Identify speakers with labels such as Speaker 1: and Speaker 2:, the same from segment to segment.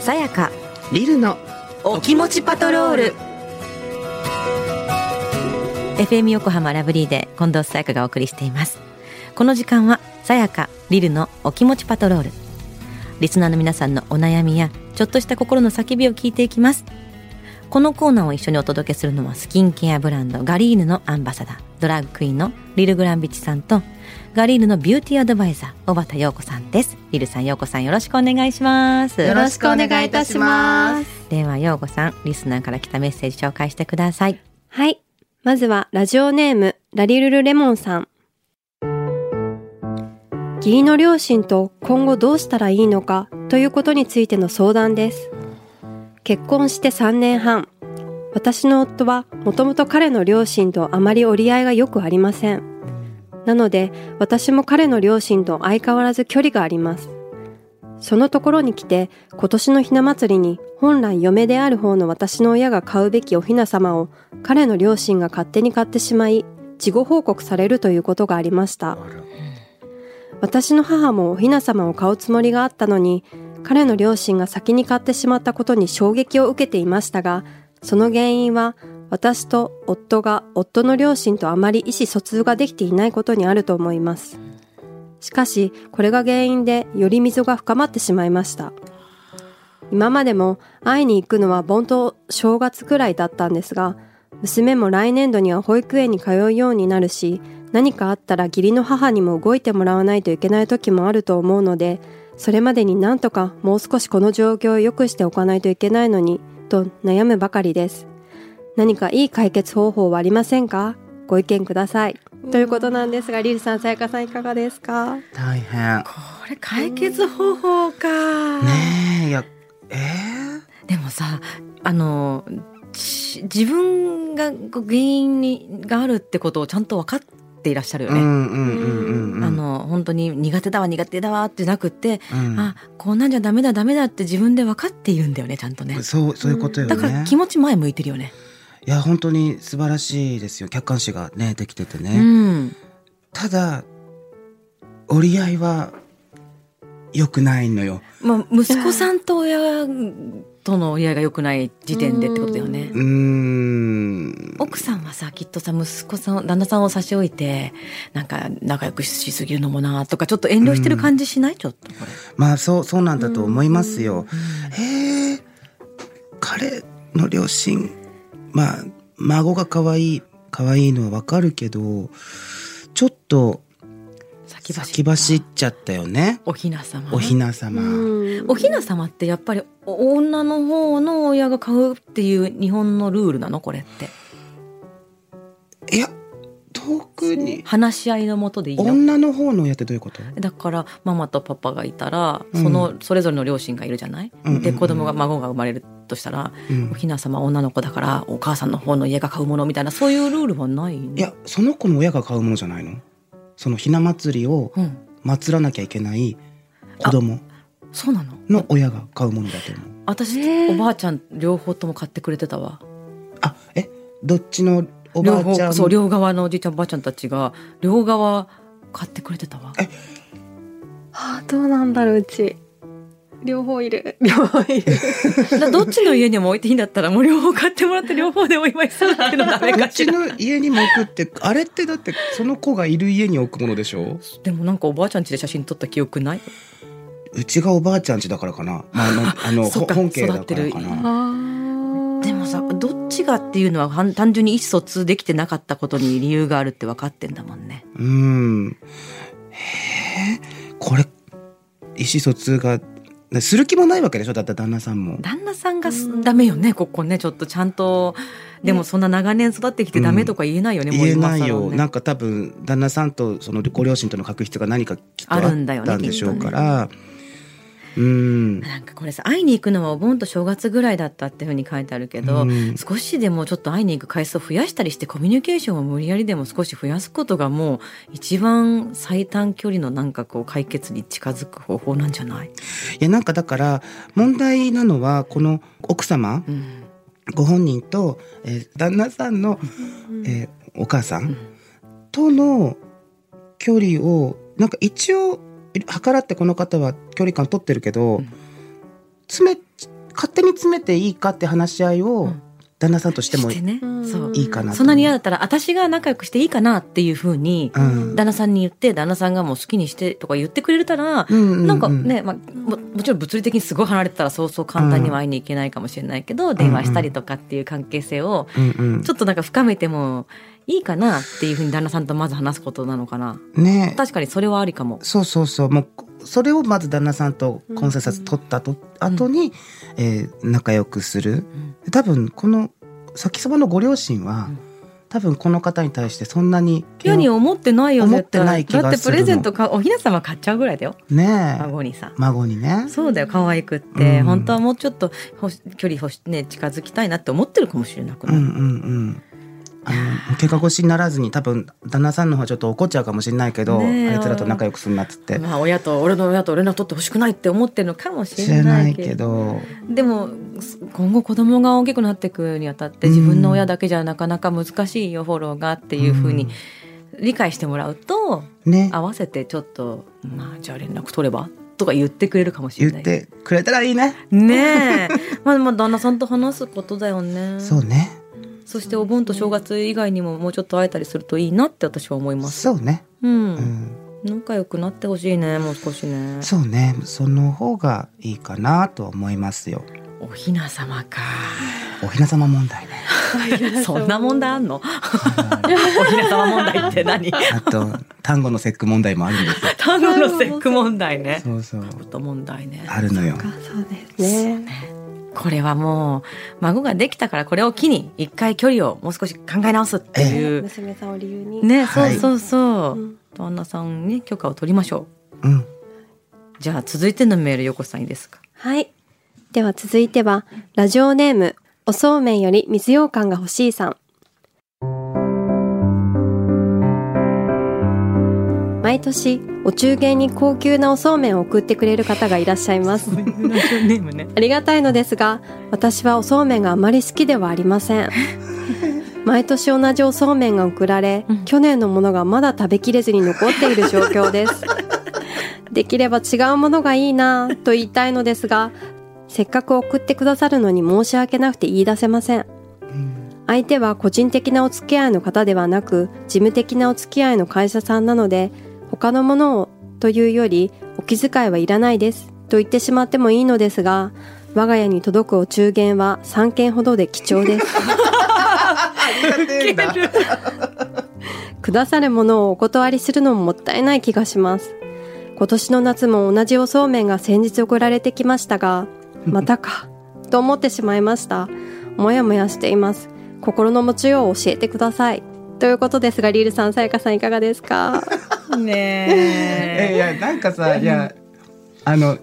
Speaker 1: さやか
Speaker 2: リルの
Speaker 1: お気持ちパトロール FM 横浜ラブリーで近藤さやかがお送りしていますこの時間はさやかリルのお気持ちパトロールリスナーの皆さんのお悩みやちょっとした心の叫びを聞いていきますこのコーナーを一緒にお届けするのはスキンケアブランドガリーヌのアンバサダードラッグクイーンのリル・グランビチさんとガリーヌのビューティーアドバイザー小畑陽子さんですリルさん陽子さんよろしくお願いします
Speaker 2: よろしくお願いいたします。
Speaker 1: では陽子さんリスナーから来たメッセージ紹介してください
Speaker 3: はい。まずはラジオネーム、ラリルルレモンさん。義理の両親と今後どうしたらいいのかということについての相談です。結婚して3年半。私の夫はもともと彼の両親とあまり折り合いがよくありません。なので私も彼の両親と相変わらず距離があります。そのところに来て今年のひな祭りに本来嫁である方の私の親が買うべきおひな様を彼の両親が勝手に買ってしまい事後報告されるということがありました私の母もおひな様を買うつもりがあったのに彼の両親が先に買ってしまったことに衝撃を受けていましたがその原因は私と夫が夫の両親とあまり意思疎通ができていないことにあると思いますしかしこれが原因でより溝が深まってしまいました今までも会いに行くのは盆と正月くらいだったんですが娘も来年度には保育園に通うようになるし何かあったら義理の母にも動いてもらわないといけない時もあると思うのでそれまでになんとかもう少しこの状況を良くしておかないといけないのにと悩むばかりです何かいい解決方法はありませんかご意見くださいということなんですがリルさんさやかさんいかがですか
Speaker 2: 大変。
Speaker 1: これ解決方法か
Speaker 2: ねえ、いや、えー
Speaker 1: でもさあのし自分がこう原因にがあるってことをちゃんと分かっていらっしゃるよ
Speaker 2: う
Speaker 1: ね。
Speaker 2: んうんうんうん。
Speaker 1: あ、の本当に苦手だわ苦手だわってなくって、
Speaker 2: うん、
Speaker 1: あこんなんじゃダメだダメだって自分で分かって言うんだよねちゃんとね
Speaker 2: そう、そういうことよね。
Speaker 1: だから気持ち前向いてるよね
Speaker 2: いや、本当に素晴らしいですよ。客観視がね、できててね。
Speaker 1: うん
Speaker 2: ただ、折り合いは良くないのよ。
Speaker 1: まあ息子さんと親との親が良くない時点でってことだよね
Speaker 2: うーん。
Speaker 1: 奥さんはさきっとさ息子さん旦那さんを差し置いてなんか仲良くしすぎるのもなとかちょっと遠慮してる感じしない、ちょっとこれ
Speaker 2: まあ、そう、そうなんだと思いますよ。へえ、彼の両親、まあ、孫が可愛い、可愛いのはわかるけど、ちょっと
Speaker 1: 先走
Speaker 2: 先走っちゃったよね。
Speaker 1: おひなさま
Speaker 2: おひな様。
Speaker 1: おひなさまってやっぱりお女の方の親が買うっていう日本のルールなのこれって
Speaker 2: いや、特に、
Speaker 1: 話し合いのもとでいいの
Speaker 2: 女の方の親ってどういうこと
Speaker 1: だからママとパパがいたら
Speaker 2: うん
Speaker 1: そのそれぞれの両親がいるじゃない、
Speaker 2: うんうんうん
Speaker 1: で子供が孫が生まれるとしたら、
Speaker 2: うん
Speaker 1: おひなさま女の子だからお母さんの方の家が買うものみたいなそういうルールはないの
Speaker 2: いや、その子の親が買うものじゃないのそのひな祭りを
Speaker 1: うん、
Speaker 2: 祭らなきゃいけない子供
Speaker 1: そうなの
Speaker 2: の親が買うものだと思う。
Speaker 1: 私、
Speaker 3: ねえ
Speaker 1: おばあちゃん両方とも買ってくれてたわ
Speaker 2: あ、え、どっちのおばあち
Speaker 1: 両
Speaker 2: ゃ
Speaker 1: 方
Speaker 2: ん
Speaker 1: そう両側のおじいちゃんおばあちゃんたちが両側買ってくれてたわ
Speaker 3: あどうなんだろううち両方いる両方い る
Speaker 1: だからどっちの家にも置いていいんだったらもう両方買ってもらって両方でお祝いするっていうのダ メ
Speaker 2: う
Speaker 1: かし
Speaker 2: ち
Speaker 1: ら
Speaker 2: の家にも置くって、あれってだってその子がいる家に置くものでしょ
Speaker 1: でもなんかおばあちゃん家で写真撮った記憶ないう
Speaker 2: ちがおばあちゃん家だからかな。まあ、あの、あの
Speaker 1: そっ
Speaker 2: ほ
Speaker 1: か
Speaker 2: 本家だからか
Speaker 1: 育って
Speaker 2: な。
Speaker 3: あ
Speaker 1: でもさどっちがっていうのははん単純に意思疎通できてなかったことに理由があるって分かってんだもんね
Speaker 2: うん。へえ、これ、意思疎通が、する気もないわけでしょだって旦那さんも。
Speaker 1: 旦那さんがすダメよねここねちょっとちゃんとでもそんな長年育ってきてダメとか言えないよね、もう
Speaker 2: 言え
Speaker 1: 今
Speaker 2: な
Speaker 1: 更ね
Speaker 2: いよ、なんか多分旦那さんとそのご両親との確執が何かきっとあった
Speaker 1: あるんだよね
Speaker 2: んでしょうから、うん
Speaker 1: なんかこれさ会いに行くのはお盆と正月ぐらいだったっていうふうに書いてあるけど、
Speaker 2: うん
Speaker 1: 少しでもちょっと会いに行く回数を増やしたりしてコミュニケーションを無理やりでも少し増やすことがもう一番最短距離のなんかこう解決に近づく方法なんじゃない、
Speaker 2: いやなんかだから問題なのはこの奥様
Speaker 1: うん、
Speaker 2: ご本人と、えー旦那さんの、えーお母さんとの距離をなんか一応計らってこの方は距離感取ってるけど、
Speaker 1: うん
Speaker 2: 詰め勝手に詰めていいかって話し合いを
Speaker 1: ん
Speaker 2: 旦那さんとしても
Speaker 1: してね
Speaker 3: うん
Speaker 1: そう
Speaker 2: いいかなと
Speaker 1: そんなに嫌だったら私が仲良くしていいかなっていうふうに
Speaker 2: うん
Speaker 1: 旦那さんに言って旦那さんがもう好きにしてとか言ってくれたら、
Speaker 2: うんうんうん
Speaker 1: なんかね、まあ、ももちろん物理的にすごい離れてたらそうそう簡単には会いに行けないかもしれないけど、電話したりとかっていう関係性を
Speaker 2: うんうん
Speaker 1: ちょっとなんか深めてもいいかなっていうふうに旦那さんとまず話すことなのかな
Speaker 2: ね
Speaker 1: 確かにそれはありかも。
Speaker 2: そうそうそうもうそれをまず旦那さんとコンセンサス取ったと、後に、えー仲良くする
Speaker 1: うん
Speaker 2: 多分この先そばのご両親は、
Speaker 1: うん
Speaker 2: 多分この方に対してそんなに
Speaker 1: 嫌に思ってないよ
Speaker 2: 思っ
Speaker 1: 絶
Speaker 2: て
Speaker 1: 対
Speaker 2: ない気がす
Speaker 1: だってプレ
Speaker 2: るの
Speaker 1: ゼントかおひな様買っちゃうぐらいだよ
Speaker 2: ねえ
Speaker 1: 孫にさ。
Speaker 2: 孫にね
Speaker 1: そうだよ可愛くって、
Speaker 2: うん
Speaker 1: 本当はもうちょっとほし距離ほし、ね、近づきたいなって思ってるかもしれなく
Speaker 2: う
Speaker 1: なんい、
Speaker 2: うんうんあの喧嘩腰にならずに多分旦那さんの方はちょっと怒っちゃうかもしれないけど、
Speaker 1: ねえ
Speaker 2: あいつらと仲良くすんなっつって
Speaker 1: まあ親と俺の親と連絡取ってほしくないって思ってるのかもし
Speaker 2: 知
Speaker 1: れ
Speaker 2: ら
Speaker 1: な
Speaker 2: ないい
Speaker 1: けど
Speaker 2: けど
Speaker 1: でもす今後子供が大きくなっていくにあたって自分の親だけじゃなかなか難しいよフォローがっていうふうに理解してもらうと
Speaker 2: ね
Speaker 1: 合わせてちょっと「まあじゃあ連絡取れば?」とか言ってくれるかもしれ
Speaker 2: 言
Speaker 1: ない。
Speaker 2: ってくれたらいいね
Speaker 1: ねえまあまあ旦那さんと話すことだよね
Speaker 2: そうね
Speaker 1: そしてお盆と正月以外にももうちょっと会えたりするといいなって私は思います。
Speaker 2: そうね
Speaker 1: うん、
Speaker 2: うん
Speaker 1: 仲良くなってほしいねもう少しね。
Speaker 2: そうねその方がいいかなとは思いますよ
Speaker 1: おひな様 か。
Speaker 2: おひな様問題ね
Speaker 1: そんな問題あんの？ おひな様問題って何？
Speaker 2: あと単語の節句問題もあるんですよ
Speaker 1: 単語の節句問題ね。
Speaker 2: そうそう
Speaker 1: こと問題ね。
Speaker 2: あるのよ
Speaker 3: そうですね。
Speaker 1: これはもう孫ができたからこれを機に一回距離をもう少し考え直すっていう。
Speaker 3: 娘さんを理由に。
Speaker 1: ね、そ
Speaker 2: は
Speaker 1: う
Speaker 2: い
Speaker 1: そうそうう。
Speaker 3: ん
Speaker 1: 旦那さんに許可を取りましょ
Speaker 2: うん
Speaker 1: う。じゃあ続いてのメール横さんいいですか？
Speaker 3: はい。では続いては、ラジオネーム、おそうめんより水羊羹が欲しいさん。毎年、お中元に高級なおそうめんを送ってくれる方がいらっしゃいます。
Speaker 1: ラジオネームね。
Speaker 3: ありがたいのですが、私はおそうめんがあまり好きではありませ ん。毎年同じおそうめんが送られ、
Speaker 1: うん
Speaker 3: 去年のものがまだ食べきれずに残っている状況 です。できれば違うものがいいなぁと言いたいのですが、せっかく送ってくださるのに申し訳なくて言い出せません。相手は個人的なお付き合いの方ではなく、事務的なお付き合いの会社さんなので、他のものをというより、お気遣いはいらないですと言ってしまってもいいのですが、我が家に届くお中元は3件ほどで貴重です。くださるものをお断りするのももったいない気がします。今年の夏も同じおそうめんが先日送られてきましたが、 またか、と思ってしまいました。もやもやしています。心の持ちようを教えてください。ということですが、リールさん、さやかさんいかがですか
Speaker 1: ね
Speaker 2: えいやなんかさいやあの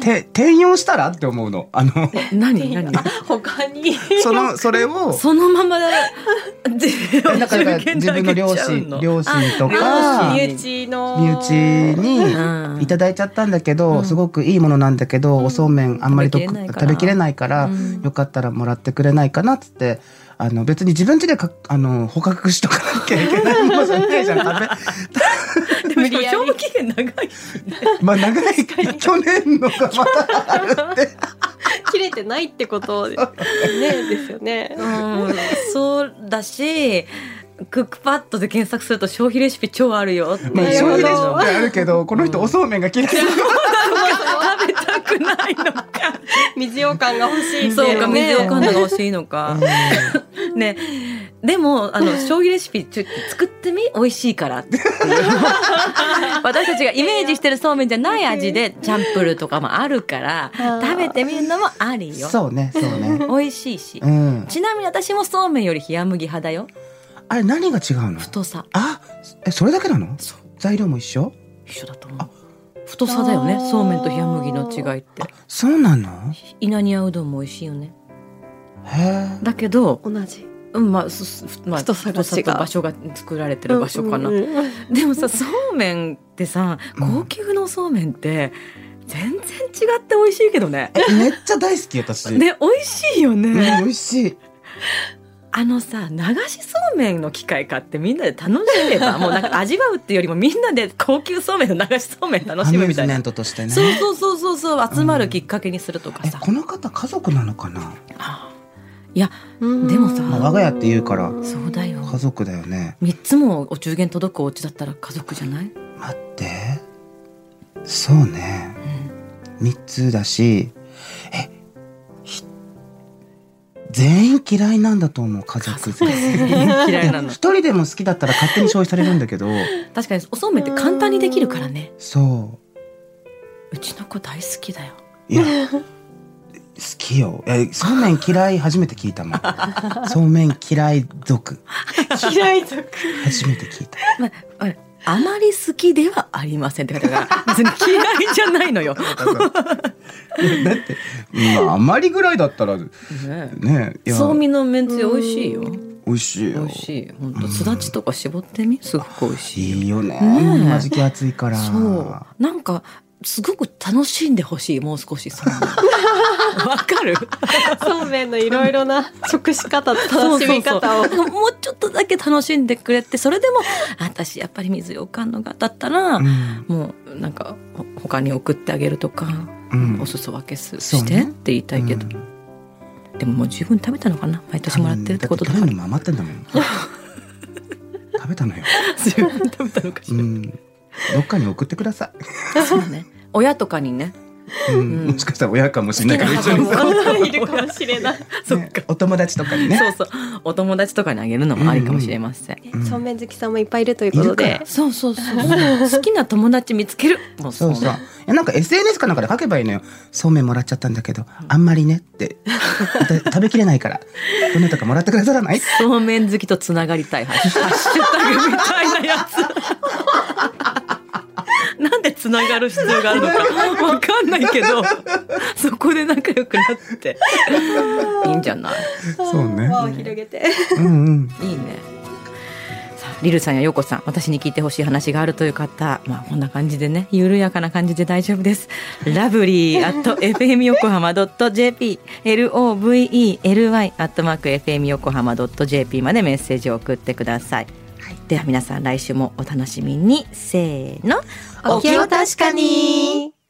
Speaker 2: て転用したらって思うのあの
Speaker 1: え。何何？
Speaker 3: 他に。
Speaker 2: そのそれを
Speaker 1: そのままだ。自
Speaker 2: えだから自分の両親両親とか
Speaker 1: あ
Speaker 2: 身
Speaker 1: 両
Speaker 3: 内の
Speaker 2: 内
Speaker 1: うん
Speaker 2: にいただいちゃったんだけど、すごくいいものなんだけど、おそうめんあんまりと
Speaker 1: 食べきれないから
Speaker 2: 食べきれないから、よかったらもらってくれないかなっつってあの別に自分家でかあの捕獲しとかなきゃいけないものじゃないじゃん 食べ
Speaker 1: でも賞味期限長いしね。
Speaker 2: まあ長い去年のがまだあるって
Speaker 3: 切れてないってことでねですよね。
Speaker 1: うん、そうだし、クックパッドで検索すると消費レシピ超あるよっていう。
Speaker 2: まあ、
Speaker 3: なる
Speaker 2: 消
Speaker 3: ほど
Speaker 2: 費レシピはあるけど、この人おそうめんが嫌い。
Speaker 1: 食べたくないのか。
Speaker 3: 水羊羹が欲しいって
Speaker 1: そうか、水を
Speaker 3: ね
Speaker 1: かんだが欲しいのか。ね。でも、あの、消費レシピちょっと作ってみ美味しいから っていう私たちがイメージしてるそうめんじゃない味で、チャンプルーとかもあるから、
Speaker 3: ー
Speaker 1: 食べてみるのもありよ。
Speaker 2: そうね、そうね。
Speaker 1: 美味しいし
Speaker 2: う。ん。
Speaker 1: ちなみに私もそうめんより冷麦派だよ。
Speaker 2: あれ何が違うの
Speaker 1: 太さ。
Speaker 2: あ、え、それだけなの
Speaker 1: そう。
Speaker 2: 材料も一緒
Speaker 1: 一緒だと思う。太さだよね。
Speaker 3: あー
Speaker 1: そうめんと冷麦の違いって。
Speaker 2: そうなの
Speaker 1: 稲庭うどんも美味しいよね。
Speaker 2: へえ。
Speaker 1: だけど、
Speaker 3: 同じ
Speaker 1: うん、まあ、すすふまあ、
Speaker 3: 太さが違う
Speaker 1: と場所が作られてる場所かな。
Speaker 3: うんうんうん
Speaker 1: でもさ、そうめんってさ、
Speaker 2: うん
Speaker 1: 高級のそうめんって。全然違って美味しいけどね。
Speaker 2: えめっちゃ大好き、私。
Speaker 1: ね、美味しいよ
Speaker 2: うん、
Speaker 1: ね。
Speaker 2: 美味しい。
Speaker 1: あのさ流しそうめんの機械買ってみんなで楽しめ ばもうなんか味わうっていうよりもみんなで高級そうめんの流しそうめん楽
Speaker 2: ア
Speaker 1: し
Speaker 2: ミ
Speaker 1: む
Speaker 2: ュー
Speaker 1: みた
Speaker 2: ズ
Speaker 1: いな、
Speaker 2: メントとしてね
Speaker 1: そうそうそうそうそう集まるきっかけにするとか
Speaker 2: え
Speaker 1: さ、
Speaker 2: この方家族なのかな、
Speaker 1: いや
Speaker 3: うん
Speaker 1: でもさ
Speaker 2: まあ、我が家って言うから
Speaker 1: そうだよ
Speaker 2: 家族だよね
Speaker 1: 3つもお中元届くお家だったら家族じゃない、
Speaker 2: 待ってそうね3つだしえひ全員嫌いなんだと思う家族
Speaker 1: 嫌いなの
Speaker 2: 一人でも好きだったら勝手に消費されるんだけど
Speaker 1: 確かにおそうめんって簡単にできるからね
Speaker 2: そう
Speaker 1: ちの子大好きだよ
Speaker 2: ういや好きよえそうめん嫌い初めて聞いた もんそうめん嫌い族
Speaker 3: 嫌い族
Speaker 2: 初めて聞いた
Speaker 1: まあほらあまり好きではありませんって方が 別に嫌いじゃないのよ。
Speaker 2: いやだってまああまりぐらいだったらねいや
Speaker 1: そうみのめんつゆ美味しいよ。
Speaker 2: 美味しい
Speaker 1: 美
Speaker 2: よ
Speaker 1: 味しい。本当すだちとか絞ってみ、すごく美味しい。
Speaker 2: いいよね
Speaker 1: ねえ
Speaker 2: 今時期暑いから
Speaker 1: そう。なんかすごく楽しんでほしい。もう少しそう めんわかる。
Speaker 3: そうめんのいろいろな食し方と楽しみ方を
Speaker 1: そうそうそうもうちょっとだけ楽しんでくれて、それでも私やっぱり水ようかんのがだったら、
Speaker 2: うん
Speaker 1: もうなんかほ他に送ってあげるとか、
Speaker 2: うん
Speaker 1: お裾分けす
Speaker 2: そう
Speaker 1: して
Speaker 2: ね
Speaker 1: って言いたいけど、
Speaker 2: うん
Speaker 1: でももう十分食べたのかな毎年もらってるってことだ
Speaker 2: 食
Speaker 1: か
Speaker 2: べ
Speaker 1: ら
Speaker 2: るのも余ってんだもん食べたのよ、
Speaker 1: 十分食べたのかし
Speaker 2: う
Speaker 1: ら、
Speaker 2: ん、どっかに送ってくださ
Speaker 1: そうね親とかにね
Speaker 2: い、うん
Speaker 1: うん
Speaker 2: もしかしたら親かもしれないから一緒に
Speaker 1: 好きな母も
Speaker 3: いるかもしれない
Speaker 1: そっ
Speaker 2: ね
Speaker 1: か、
Speaker 2: お友達とかにね
Speaker 1: そうそうお友達とかにあげるのもありかもしれません、
Speaker 2: うん
Speaker 3: そうめん好きさんもいっぱいいるということ
Speaker 2: いる
Speaker 3: で
Speaker 1: そうそうそう 好きな友達見つけるもう
Speaker 2: そうそう。
Speaker 1: ね
Speaker 2: いやなんか SNS かなんかで書けばいいのよ。そうめんもらっちゃったんだけど、あんまりね って。だ食べきれないから。どなたかもらってくださらない
Speaker 1: そうめん好きとつながりたいハッシュハッシュタグみたいなや つなんでつながる必要があるのかわかんないけどそこで仲良くな っていいんじゃない
Speaker 2: そうね
Speaker 3: 輪を広げて
Speaker 2: うんうん。
Speaker 1: いいねさあリルさんやヨコさん私に聞いてほしい話があるという方まあこんな感じでね緩やかな感じで大丈夫ですラブリー at fm 横浜 .jp lovely at mark fm 横浜 .jp までメッセージを送ってください、はい、では皆さん来週もお楽しみにせーの
Speaker 3: お気を確かに